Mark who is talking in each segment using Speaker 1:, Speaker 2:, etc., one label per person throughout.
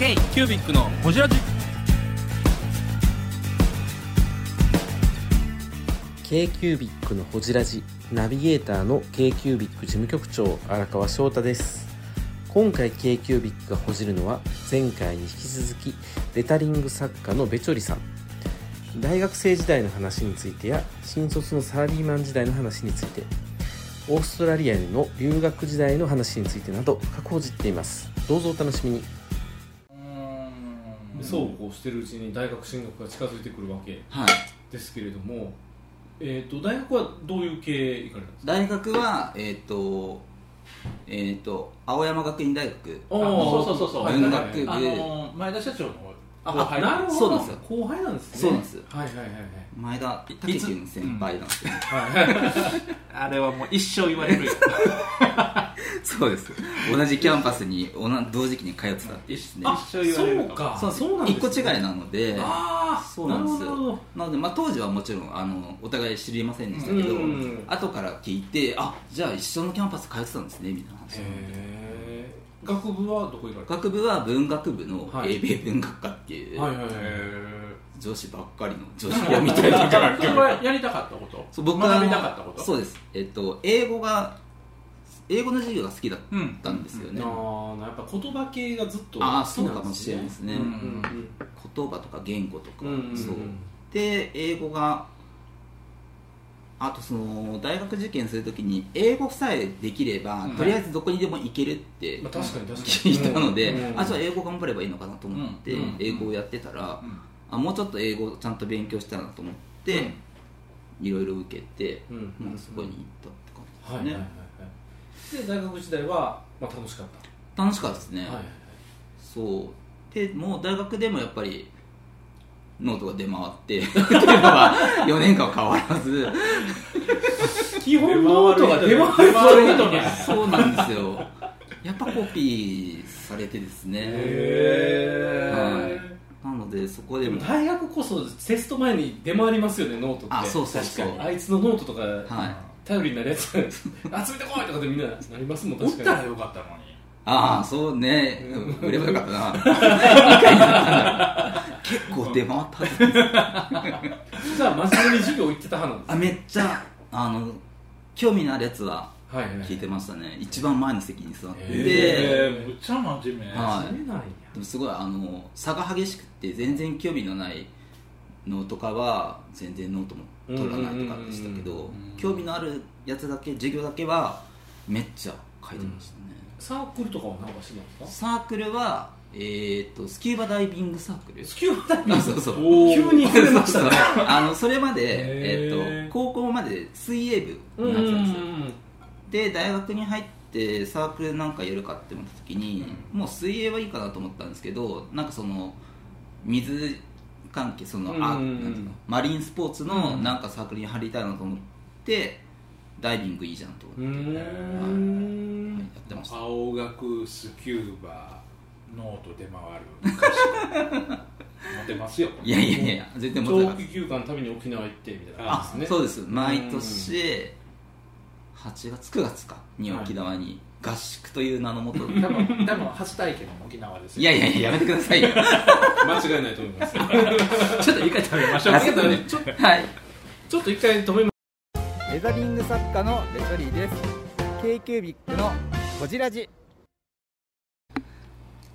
Speaker 1: イキュービックのホジラジ
Speaker 2: ケ c キュービックのほじラジナビゲーターの k キュービック事務局長荒川翔太です。今回 k キュービックがほじるのは前回に引き続きレタリング作家のべちょりさん。大学生時代の話についてや新卒のサラリーマン時代の話について、オーストラリアへの留学時代の話についてなど深くほじっています。どうぞお楽しみに。
Speaker 3: そうこうしてるうちに大学進学が近づいてくるわけ
Speaker 4: はい、
Speaker 3: ですけれども、えー、と大学はどういう系行かれたんですか
Speaker 4: 大学はえっ、とえっ、と青山学院大学
Speaker 3: あ
Speaker 1: あそうそうそうそう
Speaker 3: はい
Speaker 4: 文
Speaker 3: はい
Speaker 4: 学部
Speaker 3: はい
Speaker 1: あのー前田社長の
Speaker 3: あ
Speaker 1: 後輩
Speaker 3: なるほど
Speaker 4: そうなんですよ
Speaker 3: 後輩なんですね
Speaker 4: そうなんです
Speaker 3: はいはいはいはい
Speaker 4: 前田武樹の先輩なんですよ、
Speaker 1: あれはもう一生言われるよ
Speaker 4: そうです同じキャンパスに同同時期に通ってたっていうですね
Speaker 3: あ
Speaker 1: 一緒言われる
Speaker 3: そうか
Speaker 4: そう
Speaker 3: なんです
Speaker 4: 一個違いなので
Speaker 3: ああ
Speaker 4: そうなんです
Speaker 3: なるほど
Speaker 4: よなので、まあ、当時はもちろんあのお互い知りませんでしたけど、
Speaker 3: うん
Speaker 4: 後から聞いてあじゃあ一緒のキャンパス通ってたんですねみたいな話
Speaker 3: へえ学部はどこ行かれた
Speaker 4: 学部は文学部の
Speaker 3: はい
Speaker 4: 英米文学科っていう、
Speaker 3: はいはいはい
Speaker 4: 女子ばっかりの女子校みたいな
Speaker 1: だからそれはやりたかったこと
Speaker 4: そう僕は
Speaker 1: 学びたかったこと
Speaker 4: そうです、えっと、英語が英語の授業が好きだっ
Speaker 1: うん
Speaker 4: たんですよね、
Speaker 3: ああやっぱ言葉系がずっと
Speaker 4: ああそうかもしれないですね、
Speaker 1: うん
Speaker 3: うん
Speaker 4: 言葉とか言語とか、
Speaker 3: うんうんうん
Speaker 4: そうで英語があとその大学受験するときに英語さえできれば、
Speaker 1: うん
Speaker 4: とりあえずどこにでも行けるって
Speaker 3: まあ、確かに確かに
Speaker 4: 聞いたので、
Speaker 3: うん
Speaker 4: あじゃあ英語頑張ればいいのかなと思って、
Speaker 1: うん
Speaker 4: 英語をやってたら、
Speaker 1: うん
Speaker 4: あもうちょっと英語をちゃんと勉強したいなと思って、いろいろ受けて、
Speaker 3: うん
Speaker 4: まあ、そこに行ったって感
Speaker 3: はい
Speaker 4: じ
Speaker 3: は
Speaker 4: で
Speaker 3: い
Speaker 4: す
Speaker 3: はい
Speaker 4: ね、
Speaker 3: はいで大学時代は、まあ、楽しかっ
Speaker 4: 楽しかったですね、
Speaker 3: た、はい
Speaker 4: そうでもう大学でもやっぱりノートが出回って っていうのは4年間は変わらず
Speaker 3: 基本ノートが出回る
Speaker 1: 回る人ね
Speaker 4: そうなんですよやっぱコピーされてですね、
Speaker 3: へ
Speaker 4: はい、なのでそこ
Speaker 3: ー
Speaker 4: で
Speaker 3: で
Speaker 4: も
Speaker 3: も大学こそテスト前に出回りますよねノートって
Speaker 4: あそうそうそう
Speaker 3: 確かにあいつのノートとか、
Speaker 4: はい
Speaker 3: 頼りになるやつ 集めてこいとかでみんななりますもん
Speaker 1: 打っ
Speaker 3: 確
Speaker 1: た
Speaker 3: からに
Speaker 1: よかったのに
Speaker 4: ああそうね
Speaker 3: うん
Speaker 4: 売ればよかったな二回にな ったんだ結構出回ったはずです
Speaker 3: じゃあ真面目に授業行ってた派なん
Speaker 4: あめっちゃあの興味のあるやつは
Speaker 3: ですはいはい
Speaker 4: 聞いてましたね一番前の席に座って、
Speaker 3: へ
Speaker 1: えーむっちゃ真面目
Speaker 4: は
Speaker 3: 真面目なんや
Speaker 4: でもすごいあの差が激しくて全然興味のないのとかは全然ノートも取らないとかでしたけ
Speaker 3: うんうん
Speaker 4: ど
Speaker 1: うん
Speaker 4: 興味のあるやつだけ授業だけはめっちゃ書いてましたね、
Speaker 3: サークルとかは何かしてたんですか
Speaker 4: サークルはえー、とスキューバダイビングサークル
Speaker 3: スキューバダイビン
Speaker 4: あ
Speaker 3: グ
Speaker 4: そうそう
Speaker 3: おー急に触れま したね
Speaker 4: あのそれまで、
Speaker 3: へ
Speaker 4: え
Speaker 3: ー
Speaker 4: ー、と高校まで水泳
Speaker 3: う
Speaker 4: 部
Speaker 3: ん
Speaker 4: に
Speaker 3: う
Speaker 4: なってたんですよ
Speaker 3: ん
Speaker 4: で大学に入ってサークルなんかやるかって思った時に、もう水泳はいいかなと思ったんですけどなんかその水関係その、あ
Speaker 3: うんうんうん
Speaker 4: なんていうのマリンスポーツのなんかサークルに入りたいなと思ってダイビングいいじゃんと思っ
Speaker 3: う
Speaker 4: て、
Speaker 3: んう
Speaker 4: は
Speaker 3: ん
Speaker 4: いやってました
Speaker 1: 青学スキューバノート出回るモテますよ
Speaker 4: いやいやいや全然もっ
Speaker 3: 長
Speaker 4: た
Speaker 3: 期休暇のために沖縄行ってみたいな感
Speaker 4: あ
Speaker 3: じですね
Speaker 4: そうです毎年8月9月かに沖縄に合宿という名のもと、
Speaker 1: 多分多分初体験の沖縄です
Speaker 4: いやいやいややめてくださいよ
Speaker 3: 間違いないと思います
Speaker 1: ちょっと一回食べ ましょう
Speaker 4: あそうだねはい
Speaker 3: ちょっと一回止めま
Speaker 5: レザリング作家のレトリーです k q b ビッのこじらじ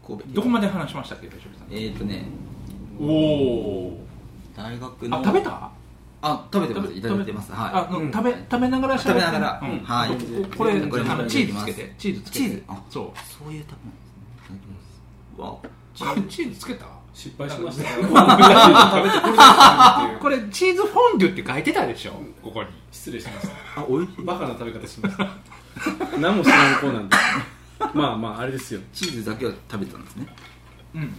Speaker 4: 神戸
Speaker 1: どこまで話しましたっけ、ベチョリさん。
Speaker 4: えー、とね
Speaker 1: おお。
Speaker 4: 大学の
Speaker 1: あ、食べた。
Speaker 4: あ食べてます
Speaker 1: 食べ
Speaker 4: いただいてますは
Speaker 1: あ、の食べ、食べながら喋って。
Speaker 4: 食べながら
Speaker 1: うん
Speaker 4: はい
Speaker 1: これ、
Speaker 4: これ
Speaker 1: あのチーズつけ
Speaker 4: いただき
Speaker 1: て
Speaker 4: ま。す
Speaker 1: チーズつけて。
Speaker 4: チーズあ
Speaker 1: そ
Speaker 4: いそういう食べ物ですね
Speaker 1: う。チーズチーズつけた。
Speaker 3: 失敗しました食べてくれたっていう
Speaker 1: これ、チーズフォンデュって書いてたでしょここに。
Speaker 3: 失礼しました
Speaker 4: あおいしい
Speaker 3: バカな食べ方しました何も知らん子なんでまあまああれですよ
Speaker 4: チーズだけを食べたんですね
Speaker 1: うん。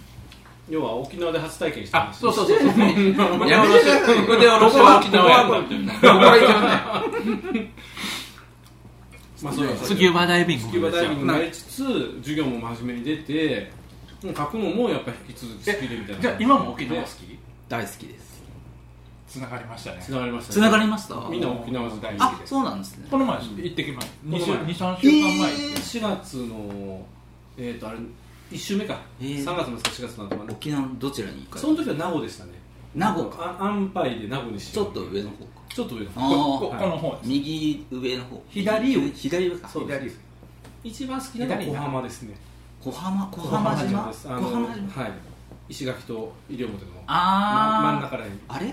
Speaker 3: 要は沖縄で初体験して
Speaker 1: あ、そう
Speaker 3: う
Speaker 1: そうそう。やめてく
Speaker 4: やめてくださいこれは
Speaker 1: ここは沖縄や
Speaker 4: ここは
Speaker 1: ここは行けま
Speaker 3: まあそうなんです
Speaker 1: せ
Speaker 3: よ
Speaker 1: ん。スキューバダイビング。
Speaker 3: スキューバダイビングになりつつ授業も真面目に出てもう書くのもやっぱ引き続き好きでみたいな
Speaker 1: じゃあ、今も沖縄好き
Speaker 4: 大好きです
Speaker 1: つながりましたね
Speaker 3: つながりました
Speaker 4: つながりました
Speaker 3: みんな沖縄大好き
Speaker 4: あ
Speaker 3: です
Speaker 4: そうなんですね
Speaker 1: この前行ってきます。
Speaker 3: この前
Speaker 1: 2、3週間前。
Speaker 3: 4月のえっとあれ1週目か、
Speaker 4: えー
Speaker 3: 3月の8月の頭ね
Speaker 4: 沖縄のどちらに行かれ
Speaker 3: その時は名護でしたね
Speaker 4: 名護か
Speaker 3: あ安牌で名護にし
Speaker 4: ちょ
Speaker 3: よう
Speaker 4: っと上の方か
Speaker 3: ちょっと上の
Speaker 4: あー
Speaker 1: こここの方です
Speaker 4: 右上の方
Speaker 1: 左上
Speaker 4: 左上か
Speaker 3: そう
Speaker 1: 左です
Speaker 3: 一番好きなのは
Speaker 1: 左
Speaker 3: 小
Speaker 1: な
Speaker 3: 浜ですね
Speaker 4: 小浜小浜島
Speaker 3: です
Speaker 4: 小
Speaker 3: あの
Speaker 4: 浜島
Speaker 3: はい石垣と西表の
Speaker 4: あー
Speaker 3: ま真ん中らへん
Speaker 4: あれ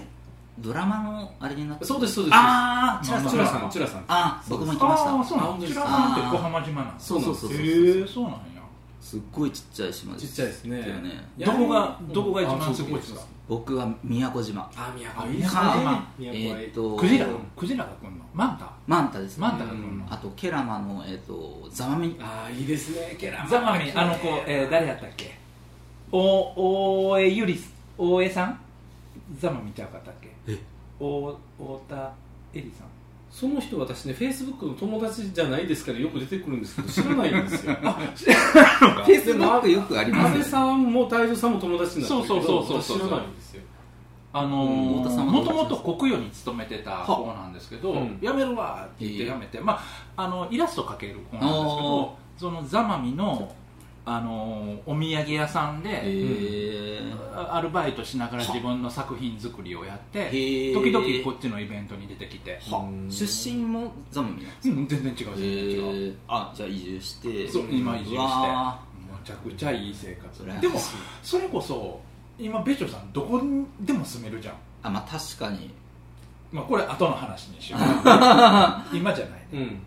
Speaker 4: ドラマのあれになって
Speaker 3: そうですそうです
Speaker 4: ああチュラさん
Speaker 3: チュラさんチュラさん
Speaker 4: ああ僕も行きまし
Speaker 1: ああ
Speaker 4: た
Speaker 1: そうな
Speaker 3: あ
Speaker 1: ん
Speaker 3: 本
Speaker 1: で
Speaker 3: 当
Speaker 1: す
Speaker 3: です
Speaker 1: チ
Speaker 3: か
Speaker 1: ラさんって小浜島なんです
Speaker 4: そうそうそうそう
Speaker 1: へえそうなんや
Speaker 4: すっごいちっちゃい島で
Speaker 3: ちっ
Speaker 4: す
Speaker 3: ちゃいですね
Speaker 4: だよね
Speaker 3: どこが
Speaker 1: うん
Speaker 3: どこが一番
Speaker 1: あ
Speaker 3: 好
Speaker 1: そう
Speaker 3: きですか
Speaker 4: 僕は宮古島
Speaker 3: あ宮
Speaker 1: あ
Speaker 3: 古
Speaker 1: いいですね
Speaker 4: え
Speaker 3: 宮古
Speaker 4: ーっと
Speaker 1: クジラクジラが来んのマンタ
Speaker 4: マンタですね
Speaker 1: マンタが来んの
Speaker 4: あとケラマのえーっとザマミ
Speaker 3: あーいいですねケラ
Speaker 5: ザマミあの子、えー、誰やったっけお大江ゆり大江さんザマミちゃうかったっけ
Speaker 4: え
Speaker 5: お太田恵里さん
Speaker 3: その人私ねフェイスブックの友達じゃないですからよく出てくるんですけど知らないんです よ
Speaker 4: フェイスブックよくあり
Speaker 3: 安
Speaker 4: ます
Speaker 3: 倍
Speaker 4: ね
Speaker 3: さんも太蔵さんも友達になってるけ
Speaker 5: そ
Speaker 3: ど
Speaker 5: うそうそうそう
Speaker 3: 私知らないんですよ
Speaker 5: あの
Speaker 4: うん太
Speaker 5: ー
Speaker 4: 田さんはど
Speaker 5: も
Speaker 4: う
Speaker 5: と
Speaker 4: です
Speaker 5: もと国与に勤めてた子なんですけど、
Speaker 3: はうん
Speaker 5: やめるわって言ってやめて、まあ、あのイラスト描ける子なんですけどそのザマミの、あのーお土産屋さんで、
Speaker 4: へえ
Speaker 5: アルバイトしながら自分の作品作りをやって
Speaker 4: へー
Speaker 5: 時々こっちのイベントに出てきて、
Speaker 3: うん
Speaker 4: 出身もザマミなんです
Speaker 5: うん、全然違う全然
Speaker 4: へ
Speaker 5: 違う、
Speaker 4: ーあじゃあ移住して
Speaker 5: そう今移住して
Speaker 4: うわ
Speaker 5: むちゃく
Speaker 3: む
Speaker 5: ち
Speaker 3: ち
Speaker 5: ゃ
Speaker 3: ゃ
Speaker 5: い
Speaker 3: い
Speaker 5: い
Speaker 3: い生活
Speaker 4: ー
Speaker 5: でもそれこそ今ベチョさんどこにでも住めるじゃん、
Speaker 4: あまあ確かに
Speaker 5: まあ、これ後の話にし よう今じゃないね、
Speaker 3: うん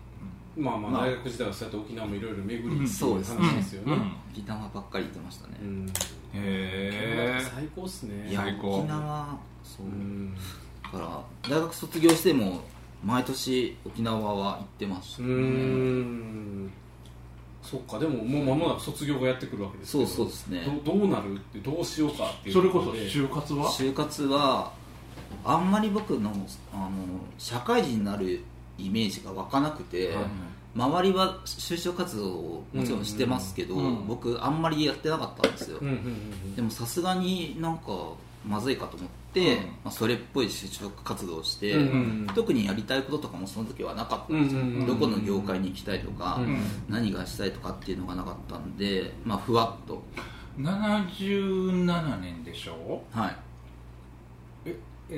Speaker 3: まあ
Speaker 5: ま
Speaker 3: ま
Speaker 5: あ
Speaker 3: あ大学時代はそうやって沖縄もいろいろ巡り
Speaker 5: うん
Speaker 4: そうですね
Speaker 3: 話ですよ
Speaker 5: うん
Speaker 3: ね
Speaker 4: ギターばっかり言ってましたね
Speaker 3: うん
Speaker 5: へ
Speaker 3: 最高っすね
Speaker 4: いや
Speaker 5: 最高
Speaker 4: 沖縄そううんだから大学卒業しても毎年沖縄は行ってまし
Speaker 3: う
Speaker 4: た
Speaker 3: ー
Speaker 4: ね
Speaker 3: んそっかでももう間もなく卒業がやってくるわけですけ
Speaker 4: そ
Speaker 3: ど
Speaker 4: うそうですね
Speaker 3: どどうなるってどうしようかって
Speaker 5: え
Speaker 3: いう
Speaker 5: それこそ
Speaker 3: とで
Speaker 5: 就活は
Speaker 4: 就活はあんまり僕のあの社会人になるイメージが湧かなくて、
Speaker 3: はい
Speaker 4: 周りは就職活動をもちろんしてますけど、
Speaker 5: うんうん
Speaker 4: 僕あんまりやってなかったんですよ、
Speaker 3: うんうん
Speaker 4: でもさすがになんかまずいかと思って、
Speaker 5: うん
Speaker 4: まあ、それっぽい就職活動をして、
Speaker 3: うんうんうん
Speaker 4: 特にやりたいこととかもその時はなかった
Speaker 3: うんうん
Speaker 4: です
Speaker 3: んう
Speaker 4: よ、
Speaker 3: んうん
Speaker 4: どこの業界に行きたいとか、
Speaker 3: うん
Speaker 5: うん
Speaker 4: 何がしたいとかっていうのがなかったんでまあふわっと
Speaker 5: 77年でしょ
Speaker 4: はい
Speaker 5: え
Speaker 4: で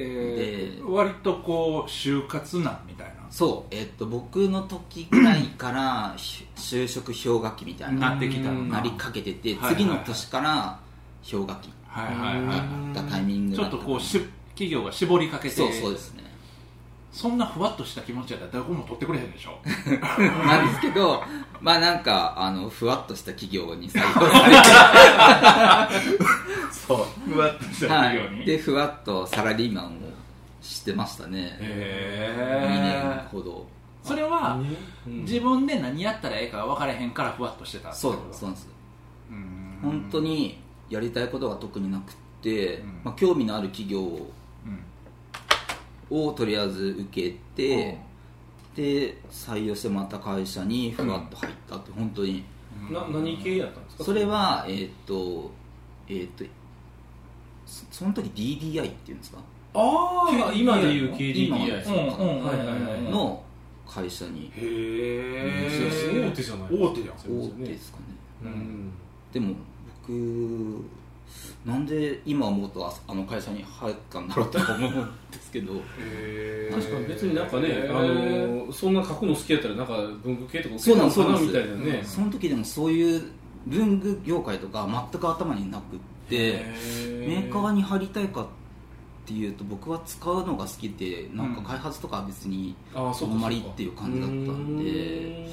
Speaker 5: ー、割とこう就活難みたいな
Speaker 4: そうえっと僕の時くらいからひ就職氷河期みたい
Speaker 5: な
Speaker 4: な
Speaker 5: ってきたの
Speaker 3: うん
Speaker 4: なりかけて
Speaker 5: は
Speaker 4: て
Speaker 5: いはいはい
Speaker 4: 次の年から氷河期に
Speaker 5: はいはいはいは
Speaker 4: なったタイミン
Speaker 5: い
Speaker 4: グ
Speaker 5: ちょ
Speaker 4: だ
Speaker 5: っ
Speaker 4: った
Speaker 5: とこうし企業が絞りかけて
Speaker 4: そうそうですね
Speaker 5: そんなふわっとした気持ちやったらどこも取ってくれへんでしょ
Speaker 4: なんですけどまあなんかあのふわっとした企業に採用され
Speaker 5: そうふわっとしてた企業に、
Speaker 4: はいでふわっとサラリーマンをしてましたね2年
Speaker 5: へえ
Speaker 4: ほど
Speaker 5: それは
Speaker 3: うん
Speaker 5: 自分で何やったらええか分からへんからふわっとしてたって
Speaker 4: そ
Speaker 5: こ
Speaker 4: う
Speaker 5: と
Speaker 4: そうなんです
Speaker 5: うーん
Speaker 4: 本当にやりたいことが特になくって、
Speaker 5: うん
Speaker 4: まあ、興味のある企業
Speaker 5: うん
Speaker 4: をとりあえず受けて、で採用してもらった会社にふわっと入ったって本当に
Speaker 5: うん
Speaker 3: な何系やったんですか
Speaker 4: それはえーっとえーっとそその時 DDI っていうんですか
Speaker 3: ああ今で言う
Speaker 4: 今は
Speaker 3: KDDI
Speaker 4: そううんかな
Speaker 5: うんはいはいはいうん
Speaker 4: の会社に
Speaker 3: へえ
Speaker 5: 大
Speaker 3: 大
Speaker 5: 手じ
Speaker 3: 手じ
Speaker 5: ゃ
Speaker 3: ゃ
Speaker 5: な
Speaker 3: ないい
Speaker 4: 大手ですかね
Speaker 3: うん
Speaker 4: でも僕なんで今思うとああの会社に入ったんだろうと思うんですけど
Speaker 3: 確かに別になんかね、あのそんな書くの好きやったらなんか文具系とか
Speaker 4: そうなんです
Speaker 3: 受
Speaker 4: そう
Speaker 3: けたの
Speaker 4: なん
Speaker 3: かなみ
Speaker 4: です
Speaker 3: たいなね
Speaker 4: その時でもそういう文具業界とか全く頭になくってメーカーに入りたいかっていうと僕は使うのが好きでなんか開発とかは別に
Speaker 3: あ
Speaker 4: あんまりっていう感じだったんで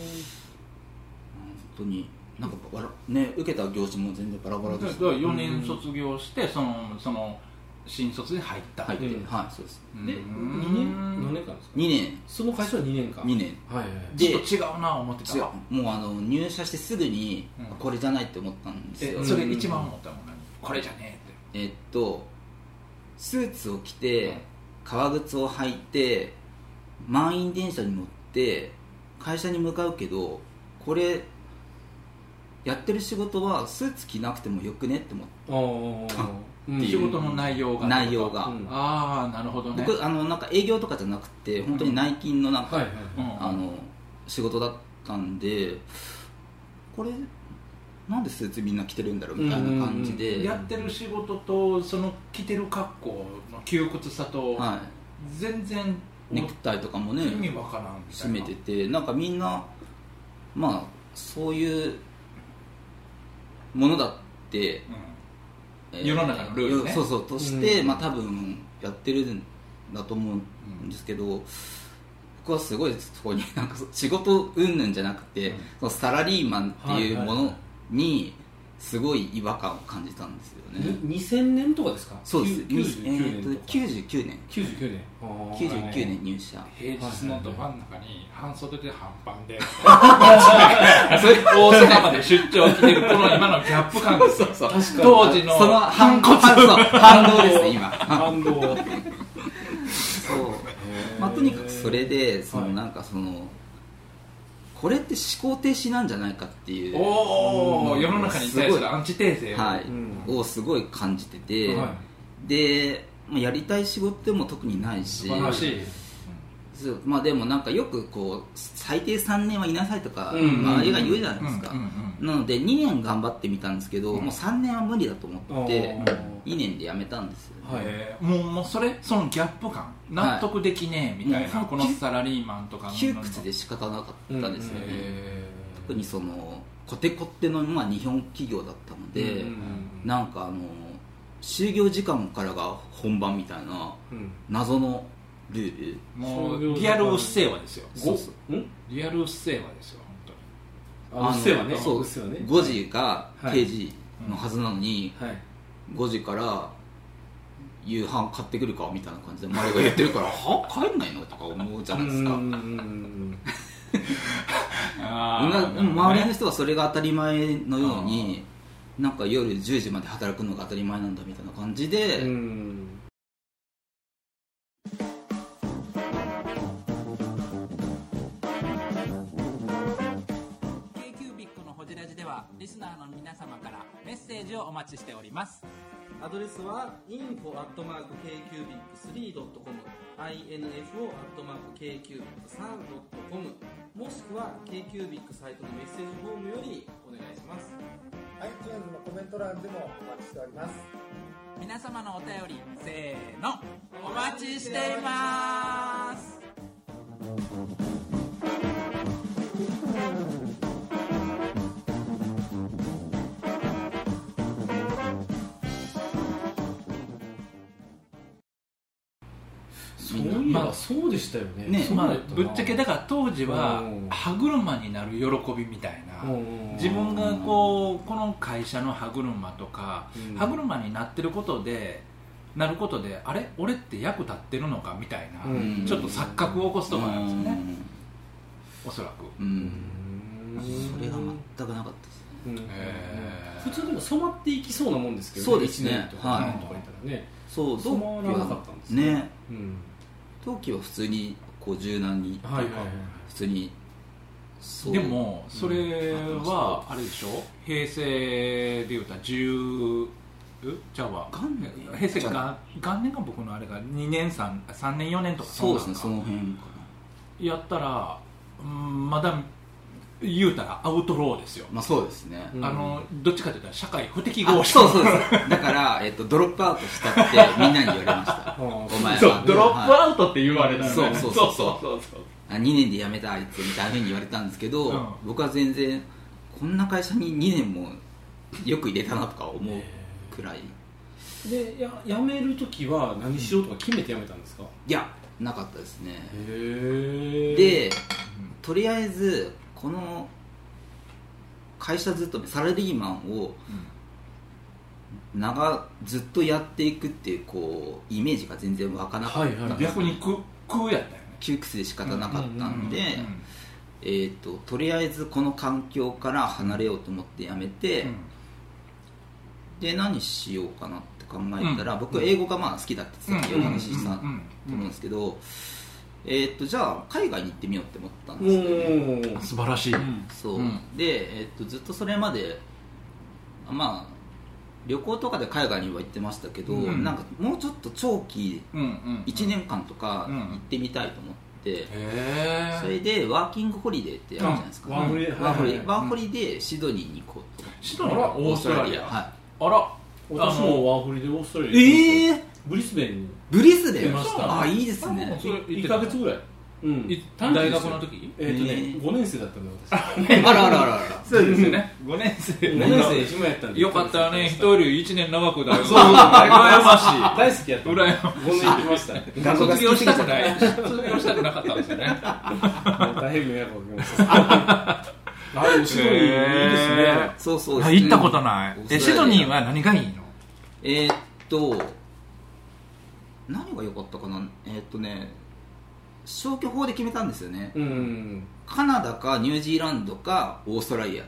Speaker 4: 本当になんかバラ、ね、受けた業種も全然バラバラ
Speaker 5: だ
Speaker 4: で
Speaker 5: から
Speaker 4: す入
Speaker 5: 4年卒業してそのその新卒で入った、
Speaker 4: って、
Speaker 3: うん
Speaker 4: はいそうです
Speaker 5: うん
Speaker 3: で2年何年間ですか
Speaker 4: 2年
Speaker 3: その会社は2年間
Speaker 4: 2年
Speaker 3: はいはい
Speaker 5: ちょっと違うな思ってた
Speaker 4: 違うもうあの入社してすぐに
Speaker 5: うん
Speaker 4: これじゃないって思ったんですよ、
Speaker 5: え
Speaker 3: ん
Speaker 5: それ一番思ったもんねこれじゃね
Speaker 4: えっとスーツを着て革靴を履いて満員電車に乗って会社に向かうけどこれやってる仕事はスーツ着なくてもよくねって思っ
Speaker 3: ああ
Speaker 5: えって仕事の内容
Speaker 4: た
Speaker 5: が
Speaker 4: 内容が、
Speaker 3: うん
Speaker 5: ああなるほどね
Speaker 4: 僕あのなんか営業とかじゃなくて本当に内勤のなんか、
Speaker 3: はいはい
Speaker 5: うん
Speaker 4: あの仕事だったんでこれなんでスーツみんな着てるんだろうみたいな感じで、
Speaker 5: やってる仕事とその着てる格好の窮屈さと
Speaker 4: は
Speaker 5: 全然
Speaker 4: い、ネクタイとかもね
Speaker 5: 意味わからんみた
Speaker 4: 締
Speaker 5: い
Speaker 4: め
Speaker 5: な
Speaker 4: ててなんかみんなまあそういうものだって、えー
Speaker 5: 世の中のルールね
Speaker 4: そうそうとして、
Speaker 2: うん
Speaker 4: まあ多分やってるんだと思うんですけど、僕はすごいそこになんか仕事云々じゃなくて、
Speaker 5: うん
Speaker 4: そのサラリーマンっていう
Speaker 2: はい
Speaker 4: も
Speaker 2: はい
Speaker 4: のにすごい違和感を感じたんですよね、
Speaker 2: に2000年とかですか
Speaker 4: そうです
Speaker 1: きゅ99年とか
Speaker 4: えーと99年
Speaker 1: 99年
Speaker 4: 99年入社、
Speaker 1: 平日のど真ん中に半袖で半 パンで
Speaker 5: 大阪まで出張来てるこの今のギャップ感 ですよ当時の
Speaker 4: その 反骨そう反動ですね今
Speaker 1: 感動は
Speaker 4: そう、まあ、とにかくそれでそのなんかその、これって思考停止なんじゃないかっていう、は
Speaker 5: おお世の中に対するアンチテーゼを
Speaker 4: い
Speaker 2: うん
Speaker 4: をすごい感じてて、
Speaker 5: は
Speaker 4: で、まあ、やりたい仕事でも特にない
Speaker 5: 素
Speaker 4: し
Speaker 5: 晴らしい
Speaker 4: そうまあ、でもなんかよくこう最低3年はいなさいとか、
Speaker 5: うんうんうん
Speaker 4: 周りが言うじゃないですか、
Speaker 5: うんうん
Speaker 4: なので2年頑張ってみたんですけど、
Speaker 5: うん
Speaker 4: もう3年は無理だと思って
Speaker 2: あー
Speaker 4: 2年で辞めたんですよね、
Speaker 5: うんえーもうもうそれそのギャップ感納得できねえみたいな、
Speaker 4: もう
Speaker 5: このサラリーマンとかの
Speaker 4: 窮屈で仕方なかったですよね、特にそのコテコテの、まあ、日本企業だったので、なんかあの就業時間からが本番みたいな謎のルール
Speaker 5: もうリアルうっせえわですよ
Speaker 4: そうそう
Speaker 5: リアルうっせえわですよ本
Speaker 2: あうっせぇわね
Speaker 4: そう
Speaker 2: うっせぇわね
Speaker 4: 5時が
Speaker 2: はい
Speaker 4: 定時のはずなのに、
Speaker 2: はい
Speaker 4: 5時から夕飯買ってくるかみたいな感じで周りが言ってるからは帰んないのとか思うじゃないですか
Speaker 2: うんうんうん
Speaker 5: 当にあ
Speaker 4: な
Speaker 5: ー
Speaker 4: 周りの人はそれが当たり前のようになんか夜10時まで働くのが当たり前なんだみたいな感じで、
Speaker 2: うんうん
Speaker 5: k q b i c のホジラジではリスナーの皆様からメッセージをお待ちしております
Speaker 6: アドレスは info.kcubic3.com info.kcubic3.com もしくは KQBIC サイトのメッセージフォームよりお願いします
Speaker 7: iTunes のコメント欄でもお待ちしております
Speaker 5: 皆様のお便りせーのお待ちしています
Speaker 4: みんな
Speaker 2: まあそうでしたよね
Speaker 4: ね
Speaker 2: そうだ
Speaker 5: まあ
Speaker 2: たな、
Speaker 5: ぶっちゃけだから当時は
Speaker 2: うん
Speaker 5: 歯車になる喜びみたいな
Speaker 2: うん
Speaker 5: 自分がこうこの会社の歯車とか
Speaker 2: うん
Speaker 5: 歯車になってることでなることであれ俺って役立ってるのかみたいな
Speaker 2: うん
Speaker 5: ちょっと錯覚を起こすとかなんですよねおそらく
Speaker 4: うん、
Speaker 2: うん
Speaker 4: それが全くなかったですね
Speaker 2: うん
Speaker 5: えー
Speaker 2: 普通でも染まっていきそうなもんですけど
Speaker 4: そうですね
Speaker 2: 一年とか
Speaker 4: はい
Speaker 2: 何とか言ったらね
Speaker 4: そう
Speaker 2: 染まらなかったんですね
Speaker 4: 同期はね
Speaker 2: うん
Speaker 4: 陶器は普通にこう柔軟に
Speaker 2: はいはいはい
Speaker 4: 普通にそう
Speaker 5: でもそれはあれでしょ平成でいうたら10えじゃあは
Speaker 4: 元年
Speaker 5: 平成が元年が僕のあれが2年 3, 3年4年とか
Speaker 4: そうですねそ
Speaker 5: んなん
Speaker 4: の
Speaker 5: か
Speaker 4: 辺か
Speaker 5: やったらうんまだ言うたらアウトローですよ
Speaker 4: な、まあそうですね、
Speaker 2: うん
Speaker 5: あのどっちかというと社会不適合
Speaker 4: あ
Speaker 5: 者
Speaker 4: そうそうですだから、えっと、ドロップアウトしたってみんなに言われました
Speaker 2: あー
Speaker 4: お前
Speaker 5: そう
Speaker 4: は
Speaker 5: ドロップアウトって言われたよ
Speaker 4: そう
Speaker 5: ね
Speaker 4: そうそうそう
Speaker 5: そうそう
Speaker 4: 2年で辞めたあいつみたいなふうに言われたんですけど、
Speaker 5: うん
Speaker 4: 僕は全然こんな会社に2年もよく入れたなとか思うくらい
Speaker 2: でや辞める時は何しようとか決めて辞めたんですか
Speaker 4: いやなかったですね
Speaker 2: へ
Speaker 4: でとりあえずこの会社勤めサラリーマンを長ずっとやっていくっていうこうイメージが全然湧かなかったんですよ、
Speaker 2: はいはい
Speaker 5: 逆に空空やったよね
Speaker 4: 窮屈で仕方なかったんで、
Speaker 5: うん
Speaker 4: えー、ととりあえずこの環境から離れようと思って辞めて、
Speaker 5: うん
Speaker 4: で何しようかなって考えたら、僕英語がまあ好きだってさっき
Speaker 5: うん
Speaker 4: お話しした
Speaker 5: う
Speaker 4: と
Speaker 5: んうん
Speaker 4: 思うんですけど、えー、とじゃあ海外に行ってみようって思ったん
Speaker 2: お
Speaker 4: ですよね、
Speaker 2: ー
Speaker 5: 素晴らしい
Speaker 4: そう、
Speaker 5: うん
Speaker 4: で、えー、とずっとそれまでまあ旅行とかで海外には行ってましたけど、
Speaker 5: うん
Speaker 4: なんかもうちょっと長期
Speaker 5: うんうん
Speaker 4: 1年間とか
Speaker 5: うん
Speaker 4: 行ってみたいと思っって
Speaker 8: へ
Speaker 4: そ
Speaker 8: え
Speaker 4: れでワーキングホリデーってあるじゃないですか、
Speaker 8: うんワーホリ
Speaker 4: ワーホリ
Speaker 8: はいはいはい
Speaker 4: ワーホリでシドニーに行こうと
Speaker 5: シド
Speaker 8: あ
Speaker 5: ニー
Speaker 8: ら
Speaker 5: は
Speaker 8: オーストラリア
Speaker 4: は
Speaker 5: あら
Speaker 3: 私もワーホリでオーストラリア
Speaker 5: え
Speaker 3: え
Speaker 5: え
Speaker 3: ブリスベンに
Speaker 4: いブリスベ
Speaker 3: 出
Speaker 4: ン
Speaker 3: ました
Speaker 4: あいいですね
Speaker 5: それ行って
Speaker 3: 1
Speaker 5: た
Speaker 3: か月ぐらい、うん
Speaker 5: い
Speaker 3: 短期で
Speaker 5: 大
Speaker 3: すよ
Speaker 5: 学の時
Speaker 3: えっ、とね、
Speaker 4: えー
Speaker 3: 5年生だったんだよ私
Speaker 4: あらあらあらあら
Speaker 5: そうですよね5年
Speaker 3: 5
Speaker 5: 生
Speaker 3: 年生暇やったん で
Speaker 5: よかったね一人より1年長くだよ
Speaker 3: そう
Speaker 5: 羨ましい
Speaker 3: 大好きやった
Speaker 5: 羨ましい
Speaker 3: 5年行きまし た
Speaker 5: 卒業したくない卒業したくなかったんですよ ね
Speaker 3: もう大変迷惑をかけましたあれシドニーいいですね
Speaker 4: そうそうですね
Speaker 5: 行ったことない
Speaker 4: オーストラ
Speaker 5: え
Speaker 4: リア
Speaker 5: シドニーは何がいいの
Speaker 4: えーっと何が良かったかなえーっとね消去法で決めたんですよね
Speaker 3: うん
Speaker 4: カナダかニュージーランドかオーストラリア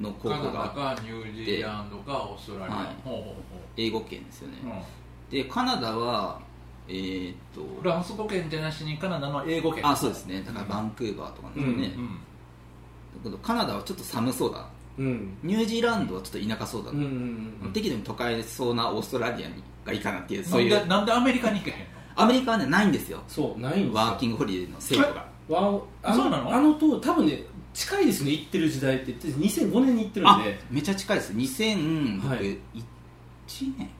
Speaker 4: の候
Speaker 5: カ
Speaker 4: 補
Speaker 5: ナダ
Speaker 4: が
Speaker 5: かニュージーランドかオーストラリア
Speaker 4: はい
Speaker 5: ほうほ
Speaker 4: 英語圏ですよね
Speaker 5: うほううん
Speaker 4: でカナダはえーっ
Speaker 5: フ
Speaker 4: と
Speaker 5: ランス語圏じゃなしにカナダの英語圏
Speaker 4: あそうですねだからバンクーバーとかなんですよね、
Speaker 5: うんうん
Speaker 4: だけどカナダはちょっと寒そうだ
Speaker 3: うん
Speaker 4: ニュージーランドはちょっと田舎そうだ、
Speaker 3: うんうん
Speaker 4: 適度に都会そうなオーストラリアにがいいかなっていう
Speaker 5: な
Speaker 4: そうい
Speaker 5: んで
Speaker 4: う
Speaker 5: なんでアメリカに行けへんの
Speaker 4: アメリカはねないんですよ
Speaker 3: そうないんですよ
Speaker 4: ワーキングホリデーの制度が
Speaker 3: ワンあ
Speaker 5: そうなの
Speaker 3: あの当多分ね近いですね行ってる時代って言って2005年に行ってるん
Speaker 4: あ
Speaker 3: で
Speaker 4: めちゃ近いです2001、
Speaker 3: はい
Speaker 4: 1年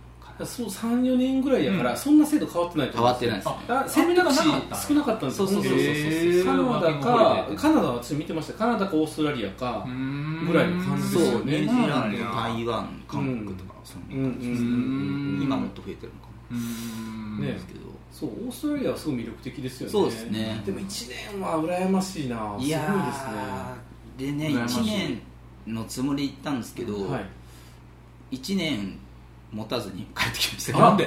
Speaker 3: そう34年ぐらいだから、
Speaker 5: うん
Speaker 3: そんな制度変わってないと
Speaker 4: 変
Speaker 3: 思う
Speaker 4: わってないですね
Speaker 3: あ選択肢
Speaker 5: あなかった
Speaker 3: 少なかったんですよ
Speaker 4: そうそうそうそう
Speaker 3: へーカナダ
Speaker 5: ワー
Speaker 3: か
Speaker 5: キングホリデーって
Speaker 3: カナダは私見てましたカナダかオーストラリアか
Speaker 5: うーん
Speaker 3: ぐらいの感じ
Speaker 4: そ
Speaker 3: で
Speaker 4: う
Speaker 3: すよ
Speaker 4: ニ
Speaker 3: ね
Speaker 4: ュージーランド
Speaker 5: そうなんや
Speaker 4: 台湾韓国とかその
Speaker 3: うんうんう
Speaker 5: うんん
Speaker 4: 今もっと増えてるのか
Speaker 5: うーん
Speaker 3: ね
Speaker 4: なですけど、
Speaker 3: そうオーストラリアはすごい魅力的ですよね
Speaker 4: そうですね
Speaker 3: でも1年は羨ましいなすごい
Speaker 4: い
Speaker 3: ですね
Speaker 4: やーでね
Speaker 5: 羨ましい
Speaker 4: 1年のつもりで行ったんですけど、
Speaker 3: はい、
Speaker 4: 1年持たずに帰ってきました
Speaker 3: なんで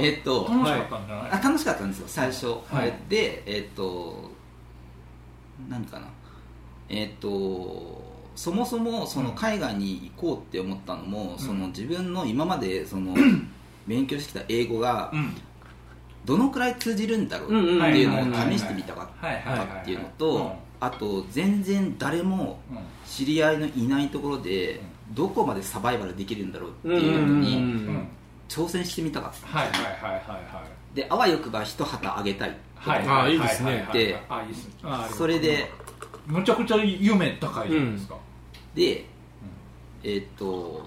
Speaker 4: えっと
Speaker 5: 楽しかったんじゃない
Speaker 4: あ楽しかったんですよ最初、
Speaker 3: はい
Speaker 4: でえっ、と何かなえっ、とそもそもその海外に行こうって思ったのも、その自分の今までその勉強してきた英語が
Speaker 5: うん
Speaker 4: どのくらい通じるんだろ
Speaker 3: う
Speaker 4: う
Speaker 3: んうん
Speaker 4: っていうのを試してみたかっ
Speaker 5: はいはいはい
Speaker 4: たっていうのとあと全然誰も
Speaker 5: うんうん
Speaker 4: 知り合いのいないところでどこまでサバイバルできるんだろうっていうの
Speaker 3: うん
Speaker 4: に
Speaker 3: うんうん
Speaker 4: 挑戦してみたかった
Speaker 5: はいはいはいはい
Speaker 4: であわよくば一旗あげたい
Speaker 5: はい
Speaker 3: あいいですね
Speaker 5: ははは
Speaker 4: で
Speaker 5: あいいですねあ
Speaker 4: それで
Speaker 5: むちゃくちゃ夢高いじゃないですか
Speaker 4: で、えーっと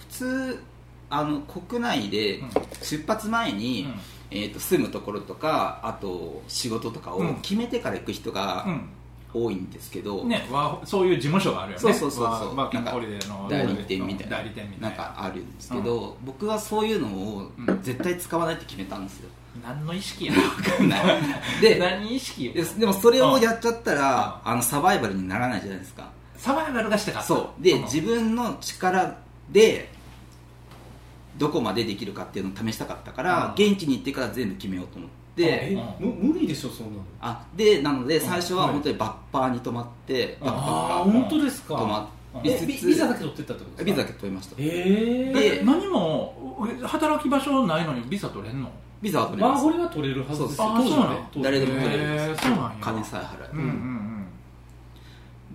Speaker 4: 普通あの国内で
Speaker 5: うん
Speaker 4: 出発前に、
Speaker 5: うん
Speaker 4: えーっと住むところとかあと仕事とかを
Speaker 5: うん
Speaker 4: 決めてから行く人
Speaker 5: う
Speaker 4: が
Speaker 5: ん
Speaker 4: 多いんですけど、
Speaker 5: ね、ワーそういう事務所があるよね
Speaker 4: そうそうそうそう
Speaker 5: ワーキングホリデーの
Speaker 4: 代理店みたいな
Speaker 5: 代理店みた
Speaker 4: ないん
Speaker 5: な
Speaker 4: かあるんですけど、僕はそういうのを
Speaker 5: うん
Speaker 4: 絶対使わないって決めたんで すよ、
Speaker 5: 何の意識や
Speaker 4: で
Speaker 5: 何意識よ
Speaker 4: ででもそれをやっちゃったら、あのサバイバルにならないじゃないですか
Speaker 5: サバイバルがしたかった
Speaker 4: そうで
Speaker 5: ん
Speaker 4: 自分の力でどこまでできるかっていうのを試したかったから、
Speaker 5: うん
Speaker 4: 現地に行ってから全部決めようと思っ
Speaker 3: え
Speaker 4: て
Speaker 3: む無理でしょそんなの
Speaker 4: あでなので最初は
Speaker 3: はい
Speaker 4: 本当にバッパーに泊まってバッ
Speaker 3: あ
Speaker 4: パ
Speaker 3: あ
Speaker 4: ーに
Speaker 3: 本当ですか
Speaker 4: 泊まり
Speaker 3: え
Speaker 4: つつ
Speaker 3: ビビザだけ取ってったってことですか
Speaker 4: ビザだけ取りました
Speaker 3: へえ
Speaker 5: え何もえ働き場所ないのにビザ取れんの
Speaker 4: ビザは取れ
Speaker 3: ワー
Speaker 4: ます
Speaker 3: ホリは取れるはずですよ
Speaker 5: そうそう
Speaker 3: 当時は
Speaker 5: そ
Speaker 3: ね当時は
Speaker 4: 誰でも
Speaker 3: ね
Speaker 4: 取れるん
Speaker 5: へ
Speaker 4: で
Speaker 5: ー
Speaker 4: す
Speaker 5: そうなんや
Speaker 4: 金さえ払え
Speaker 5: うん
Speaker 4: ば
Speaker 5: うんうん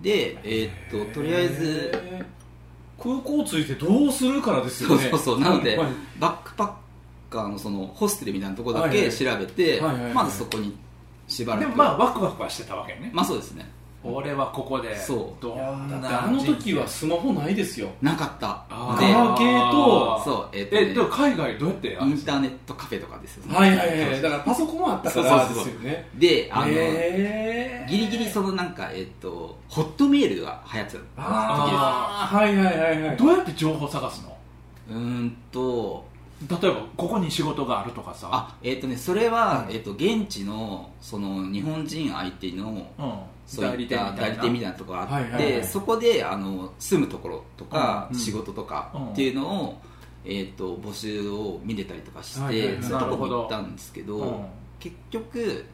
Speaker 4: でえーっととりあえず
Speaker 3: へー空港着いてどうするからです
Speaker 4: そ
Speaker 3: よ
Speaker 4: う
Speaker 3: ね
Speaker 4: そうそうなので
Speaker 3: はい
Speaker 4: バックパッカーのそのホステルみたいなとこだ
Speaker 3: はいは
Speaker 4: け
Speaker 3: い
Speaker 4: 調べて
Speaker 3: はいはいはい
Speaker 4: まずそこにしばら
Speaker 5: で
Speaker 4: く
Speaker 5: もまあワクワクはしてたわけね
Speaker 4: まあそうですね
Speaker 5: 俺はここで
Speaker 4: そう
Speaker 5: どん
Speaker 3: だって
Speaker 5: な
Speaker 3: あの時はスマホないですよ
Speaker 4: なかった
Speaker 5: あ
Speaker 4: で
Speaker 3: ガラケーと
Speaker 4: そうえーっとね
Speaker 5: えでも海外どうやってや
Speaker 4: イ
Speaker 5: るの
Speaker 4: ンターネットカフェとかですよね
Speaker 3: はいはいはいだからパソコンはあったからですよね
Speaker 4: であの、
Speaker 3: へー
Speaker 4: ギリギリそのなんかえっとホットメールが流行ってた
Speaker 3: ああはいはいはいはい
Speaker 5: どうやって情報探すの
Speaker 4: うーんと
Speaker 5: 例えばここに仕事があるとかさ
Speaker 4: あえっとねそれは、えっと現地のその日本人相手の
Speaker 5: うん
Speaker 4: そういった代理店みたいなところがあって、
Speaker 3: はいはいはい
Speaker 4: そこであの住むところとか、
Speaker 5: うん
Speaker 4: 仕事とか
Speaker 5: うん
Speaker 4: っていうのを、えっと募集を見れたりとかして、
Speaker 3: はいはいはい
Speaker 4: そういうとこに行ったんですけど
Speaker 5: うん
Speaker 4: 結局、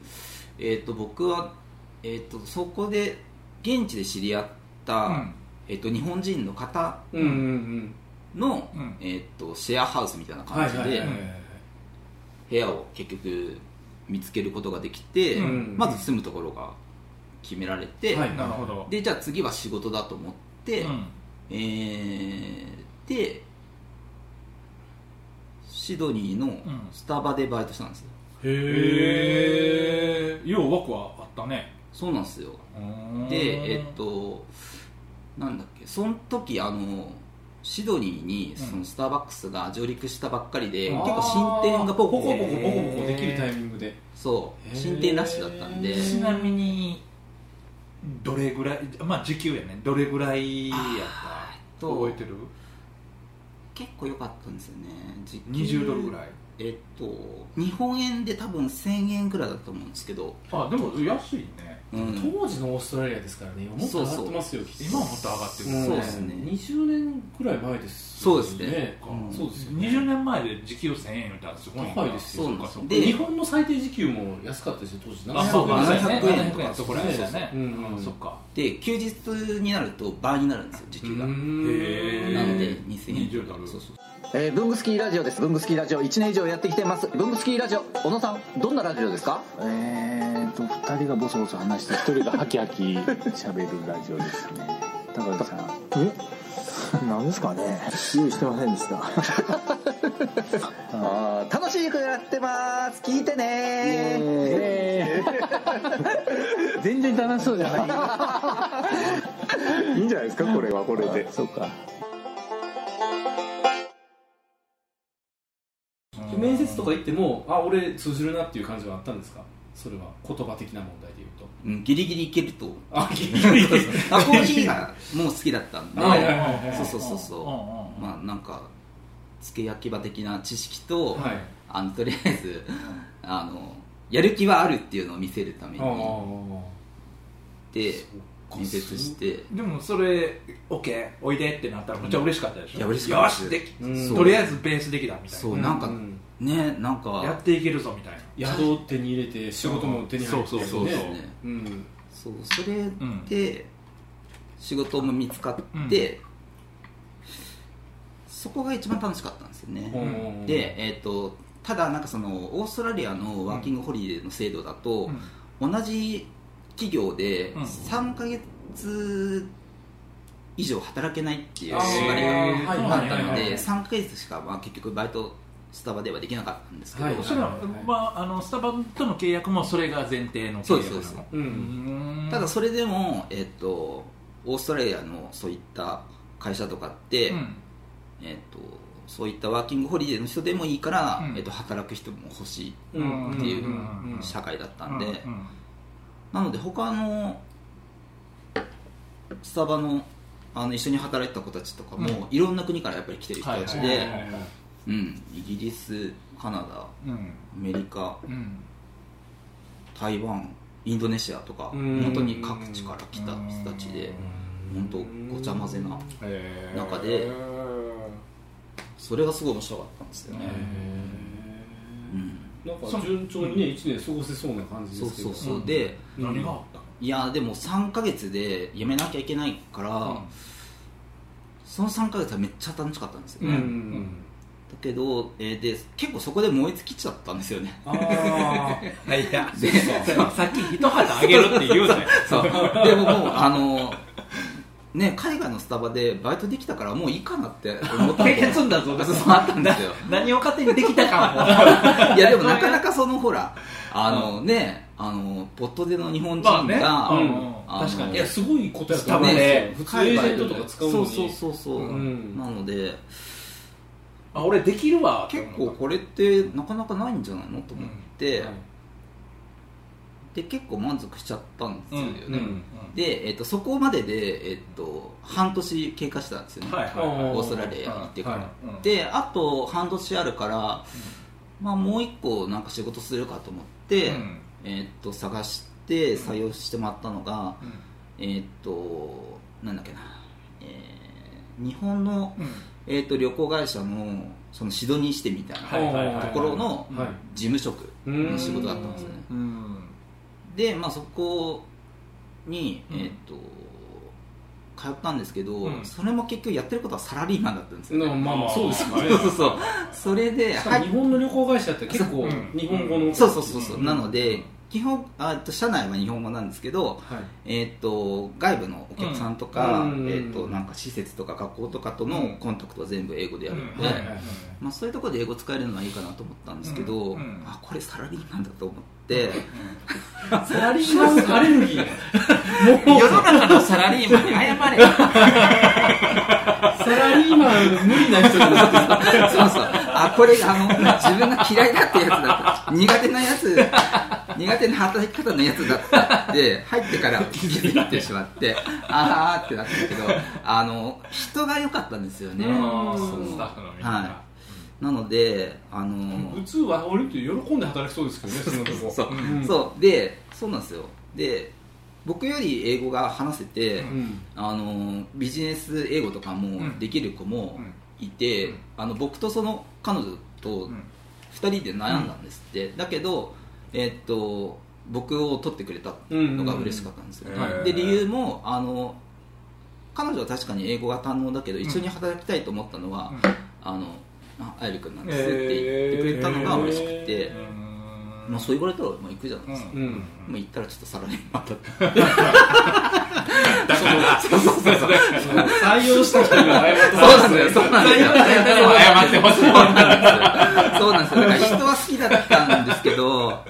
Speaker 4: えっと僕は、えっとそこで現地で知り合った、
Speaker 5: うん
Speaker 4: えっと日本人の方
Speaker 3: うんうんうん
Speaker 4: の、
Speaker 5: うん
Speaker 4: えっとシェアハウスみたいな
Speaker 3: は
Speaker 4: 感
Speaker 3: い
Speaker 4: じ
Speaker 3: はいはい
Speaker 4: で
Speaker 3: はい
Speaker 4: 部屋を結局見つけることができて、
Speaker 3: うん
Speaker 4: まず住むところが決められて、
Speaker 3: はい
Speaker 5: なるほど
Speaker 4: でじゃあ次は仕事だと思って、
Speaker 5: うん
Speaker 4: えーでシドニーの
Speaker 5: ん
Speaker 4: スタバでバイトしたんですよ、
Speaker 5: へえようワクはあったね
Speaker 4: そうなんですよ
Speaker 5: うーん
Speaker 4: でえっとなんだっけその時あのシドニーに
Speaker 5: うん
Speaker 4: そのスターバックスが上陸したばっかりで、
Speaker 5: あー
Speaker 4: 結構進展がポコ
Speaker 3: ポコ
Speaker 4: ポ
Speaker 3: ポコ
Speaker 4: コ
Speaker 3: ポコポコできるタイミングで
Speaker 4: そう
Speaker 3: へー
Speaker 4: 進展ラッシュだったんで
Speaker 5: ちなみにどれぐらいまあ時給やねどれぐらいやった
Speaker 4: と
Speaker 5: 覚えてる
Speaker 4: 結構良かったんですよね時給
Speaker 5: 20ドルぐらい
Speaker 4: えっと日本円で多分1000円くらいだったと思うんですけど、
Speaker 5: あでも安いね
Speaker 4: うん、
Speaker 3: 当時のオーストラリアですからねもっと上がってますよ
Speaker 5: 今はもっと上がってる、
Speaker 4: んそうですね
Speaker 3: 20年くらい前です
Speaker 4: そうですね
Speaker 3: か
Speaker 4: うん
Speaker 3: そうですよね
Speaker 5: 20年前で時給1000円言うたらすごいな
Speaker 3: 高いですよ
Speaker 4: そうなんですよ
Speaker 3: か
Speaker 4: で
Speaker 3: 日本の最低時給も安かったですよ当時
Speaker 5: あそうか
Speaker 4: 700円
Speaker 5: 700円そこら辺だね
Speaker 3: そうそううんう
Speaker 5: あ
Speaker 3: ん
Speaker 5: そっか
Speaker 4: で休日になると倍になるんですよ時給がな
Speaker 5: へー
Speaker 4: ので2000円
Speaker 5: 20ドル
Speaker 4: そうそう
Speaker 9: えー、ブングスキーラジオですブングスキーラジオ1年以上やってきてますブングスキーラジオ小野さんどんなラジオですかえーと2人がボソボソ話して1人がハキハキ喋るラジオですね高橋さんえ何ですかね用意してませんでした あー楽しい曲やってます聞いてね 全然楽しそうじゃ ないいいんじゃないですかこれはこれでそうか
Speaker 3: 面接とか行ってもあ俺通じるなっていう感じはあったんですかそれは言葉的な問題で言うと
Speaker 4: うんギリギリいけると
Speaker 3: あギリギリ
Speaker 4: あコーヒーがもう好きだったんで
Speaker 3: はいはいはいはい
Speaker 4: そうそうそうそう
Speaker 5: うんうんうん
Speaker 4: まあなんかつけ焼き場的な知識と、
Speaker 3: はい
Speaker 4: あのとりあえずあのやる気はあるっていうのを見せるためにで面接して
Speaker 5: でもそれ OK おいでってなったらめっちゃ嬉しかったでしょ
Speaker 4: いや嬉しかった
Speaker 5: よしでき
Speaker 3: うん
Speaker 5: とりあえずベースできたみたい
Speaker 4: そうなんか、
Speaker 3: うん
Speaker 4: ねなんか
Speaker 5: なやっていけるぞみたいな
Speaker 3: 宿を手に入れて仕事も手に入れて
Speaker 5: そうそうそうそう
Speaker 3: ねうん
Speaker 4: そうそれで、仕事も見つかって、そこが一番楽しかったんですよね、
Speaker 3: うん
Speaker 4: でえっ、とただなんかそのオーストラリアのワーキングホリデーの制度だと、同じ企業で
Speaker 5: うん
Speaker 4: 3か月以上働けないっていう
Speaker 3: あー
Speaker 4: 縛りが
Speaker 3: はい
Speaker 4: あったの
Speaker 3: はいはいは
Speaker 4: で
Speaker 3: い
Speaker 4: 3か月しかまあ結局バイトスタバではできなかったんですけど、
Speaker 3: はい
Speaker 5: それは、まあ、あのスタバとの契約もそれが前提の契約なの
Speaker 4: そうですそうです
Speaker 3: う
Speaker 5: うー
Speaker 3: ん
Speaker 5: ん
Speaker 4: ただそれでも、えっとオーストラリアのそういった会社とかって、
Speaker 5: うん
Speaker 4: えっとそういったワーキングホリデーの人でもいいから、
Speaker 5: うん
Speaker 4: えっと働く人も欲しい
Speaker 3: うん
Speaker 4: っていうん社会だったんで、
Speaker 5: うんうん
Speaker 4: なので他のスタバのあの一緒に働いてた子たちとかも、いろんな国からやっぱり来てる人たち
Speaker 5: はい
Speaker 4: で
Speaker 5: はいはいはい
Speaker 4: うんイギリスカナダア
Speaker 5: うん
Speaker 4: メリカ
Speaker 5: うん
Speaker 4: 台湾インドネシアとか
Speaker 3: うん
Speaker 4: 本当に各地から来た人たちで本当ごちゃ混ぜな
Speaker 3: へー
Speaker 4: 中で
Speaker 3: へ
Speaker 4: それがすごい面白かったんですよね、うん
Speaker 3: ーなんか順調にね1年過ごせそうな感じ
Speaker 4: そ
Speaker 3: で
Speaker 4: う
Speaker 3: すけ
Speaker 4: そ
Speaker 3: ど
Speaker 4: うそう、で
Speaker 5: 何があったの
Speaker 4: いやでも3ヶ月で辞めなきゃいけないから、
Speaker 5: うん
Speaker 4: その3ヶ月はめっちゃ楽しかったんですよ
Speaker 3: う
Speaker 4: ね、だ
Speaker 3: ん
Speaker 4: けど、えーで結構そこで燃え尽きちゃったんですよね
Speaker 3: あー
Speaker 4: いやで
Speaker 5: さっき一肌あげるって言うね
Speaker 4: そうでももうあのね海外のスタバでバイトできたからもういいかなって思った経験すんだぞそうあったんですよ
Speaker 5: 何を勝手にできたか
Speaker 4: いやでもなかなかそのほらあのねあのポットでの日本人が、
Speaker 5: まあねうん
Speaker 4: あの
Speaker 5: 確かに
Speaker 3: いやすごいことやと
Speaker 5: 多
Speaker 3: 思う
Speaker 5: 分
Speaker 3: んですよ
Speaker 5: ね
Speaker 3: 普通エージェントとか使うのに
Speaker 4: そうそうそうそう、
Speaker 3: うん
Speaker 4: なので
Speaker 5: もあ俺できるわって
Speaker 4: 結
Speaker 5: 思
Speaker 4: 構
Speaker 5: った
Speaker 4: これってなかなかないんじゃないのと思って、
Speaker 3: はい
Speaker 4: で結構満足しちゃったんですよね、
Speaker 5: うん
Speaker 3: うん
Speaker 4: で、えっとそこまでで、えっと半年経過したんですよね、
Speaker 5: はいはいはい
Speaker 4: オーストラリアに行ってから、
Speaker 3: はい
Speaker 5: うん
Speaker 4: であと半年あるから、まあ、もう一個なんか仕事するかと思って、
Speaker 5: うん
Speaker 4: えっと探して採用してもらったのが、
Speaker 5: うん
Speaker 4: えっとなんだっけな、えー日本の、
Speaker 5: うん
Speaker 4: えっと旅行会社のそのシドニー支店みたいな
Speaker 5: はいはいはいはい
Speaker 4: ところの
Speaker 3: はい
Speaker 4: 事務職の仕事だったんですよね
Speaker 5: うん
Speaker 4: で、まあ、そこに、
Speaker 5: うん
Speaker 4: えっと通ったんですけど、
Speaker 5: うん
Speaker 4: それも結局やってることはサラリーマンだったんですよ、
Speaker 3: でもまあまあそうですよね
Speaker 4: そう そうそうそれで
Speaker 3: しか
Speaker 4: は
Speaker 3: も
Speaker 4: い
Speaker 3: 日本の旅行会社って結構
Speaker 5: うん
Speaker 3: 日本語の
Speaker 4: そうそうそうそう
Speaker 3: うん
Speaker 4: なので基本あえっと社内は日本語なんですけど、
Speaker 3: はい
Speaker 4: えっと外部のお客さんとか、
Speaker 3: うんうん
Speaker 4: えっとなんか施設とか学校とかとのコンタクトは全部英語でやるの
Speaker 3: う
Speaker 4: で、
Speaker 3: ん
Speaker 5: はいはい
Speaker 4: まあ、そういうところで英語使えるのはいいかなと思ったんですけ
Speaker 5: うん
Speaker 4: ど、
Speaker 5: うん
Speaker 4: あこれサラリーマンだと思って、
Speaker 5: サラリーマンアレル ギー
Speaker 4: 世の中のサラリーマンに謝れ
Speaker 3: サラリーマン無理な人だ
Speaker 4: そうそうあこれあの自分が嫌いだってやつだった苦手なやつ苦手な働き方のやつだったって入ってから気づいてしまってああってなったけどあの人が良かったんですよねそう
Speaker 5: スタッフのみんな、
Speaker 4: はなのであの
Speaker 3: 普通は俺って喜んで働きそうですけどねそのとこ
Speaker 4: そう
Speaker 3: うん
Speaker 4: そうでそうなんですよで僕より英語が話せて、
Speaker 3: うん
Speaker 4: あのビジネス英語とかもできる子も
Speaker 5: うん
Speaker 4: いて、
Speaker 5: うん
Speaker 4: あの僕とその彼女と
Speaker 5: うん
Speaker 4: 2人で悩んだんですって、だけど、えーっと僕を取ってくれた
Speaker 3: うん
Speaker 4: のが嬉しかったんですよ、
Speaker 5: うんうんうん
Speaker 4: で
Speaker 5: へー
Speaker 4: 理由もあの彼女は確かに英語が堪能だけど一緒に働きたいと思ったのは、あのああゆりくんなんですって言ってくれたのが嬉しくて、
Speaker 5: うん
Speaker 4: まあ、そう言われたらまあ行くじゃないですか、
Speaker 5: う
Speaker 3: うんん
Speaker 4: もう行ったらちょっとサラリーマンだった
Speaker 3: だからそうそうそうそう採用した人には謝った
Speaker 4: そうなんだよそうなんだよ
Speaker 5: 謝ってほしい
Speaker 4: そうなんですよだから人は好きだったんですけど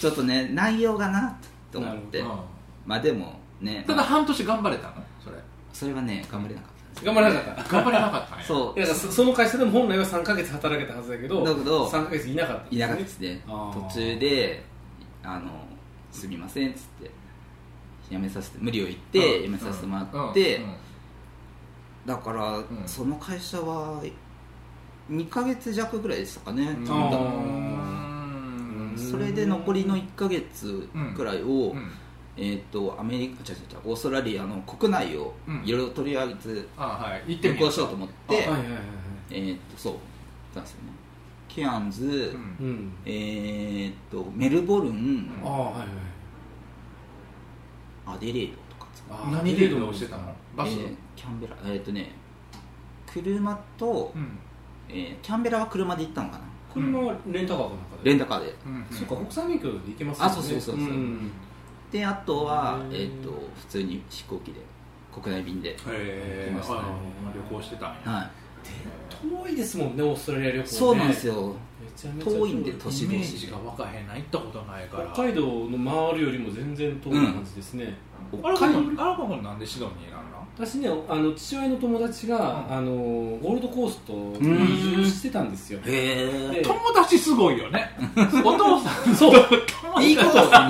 Speaker 4: ちょっとね内容がなと思ってまあでもね
Speaker 5: ただ半年頑張れたのそれ
Speaker 4: それはね頑張れなかったんです
Speaker 3: 頑張らなかった
Speaker 5: 頑張れなかったんや
Speaker 4: そう
Speaker 3: いやだからそその会社でも本来は3ヶ月働けたはずだけど
Speaker 4: だけど
Speaker 3: 3ヶ月いなかったんで
Speaker 4: い
Speaker 3: すね
Speaker 4: なかったですね
Speaker 3: あー
Speaker 4: 途中で「あのすみません」っつって辞めさせて無理を言って辞めさせてもらって、
Speaker 5: うんうん
Speaker 4: だから、
Speaker 5: ん
Speaker 4: その会社は2ヶ月弱ぐらいでしたかね、
Speaker 3: ん
Speaker 4: だ
Speaker 3: あ
Speaker 5: うん
Speaker 4: それで残りの1ヶ月くらいを、
Speaker 5: うん
Speaker 4: えー、とアメリカ違う違う違うオーストラリアの国内を
Speaker 5: うん
Speaker 4: いろいろとりあえず
Speaker 5: あはい行って
Speaker 4: 旅
Speaker 5: みよ
Speaker 4: 行
Speaker 5: う
Speaker 4: しようと思って、
Speaker 3: はいはいはいはい
Speaker 4: えー、とそうなんですよねケアンズ、
Speaker 5: うん
Speaker 3: うん
Speaker 4: えー、とメルボルン
Speaker 3: ああはいはい
Speaker 4: アデレードとかです
Speaker 3: あ
Speaker 4: か
Speaker 3: ー
Speaker 5: 何で移動してたのバス
Speaker 4: えーキャンベラえっ、とね車と、
Speaker 5: うん
Speaker 4: えーキャンベラは車で行ったのかな
Speaker 3: 車はレンタカーかなんかで
Speaker 4: レンタカーで
Speaker 5: うん
Speaker 3: そうか国際免許で行けますよね
Speaker 4: あそうそうそうそうんであとは
Speaker 3: へ、
Speaker 4: え
Speaker 3: ー
Speaker 4: ー、と普通に飛行機で国内便で、
Speaker 5: へ
Speaker 4: 行きましたね
Speaker 5: あ旅行してたんや
Speaker 4: は
Speaker 3: 遠いですもんねオーストラリア旅行
Speaker 4: い、
Speaker 3: ね
Speaker 4: そうなんですよ
Speaker 3: めちゃめちゃ
Speaker 4: 遠いんで
Speaker 5: イ
Speaker 4: 都市
Speaker 5: メ
Speaker 4: 同
Speaker 5: ー
Speaker 4: 士
Speaker 5: ジ
Speaker 4: で
Speaker 5: が分かへんない行ったことないから
Speaker 3: 北海道の回るよりも全然遠い感じですね、
Speaker 5: あらかほんあらかほんなんでシドニーなんだ
Speaker 3: 私ねあの父親の友達が、
Speaker 5: ん
Speaker 3: あのゴールドコーストに移住してたんですよ
Speaker 4: へえ
Speaker 3: で
Speaker 5: 友達すごいよねお父さん
Speaker 3: そう友達
Speaker 4: いいことですね
Speaker 3: が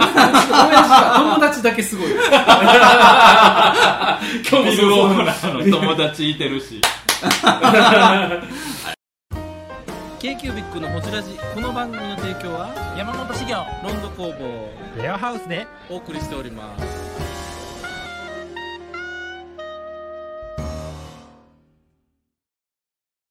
Speaker 3: 友達だけすごい
Speaker 5: 今日もすごいなの友達いてるし
Speaker 6: k q b i c のホジラジこの番組の提供は
Speaker 5: 山本修行
Speaker 6: ロンド工房
Speaker 10: レアハウスで
Speaker 6: お送りしております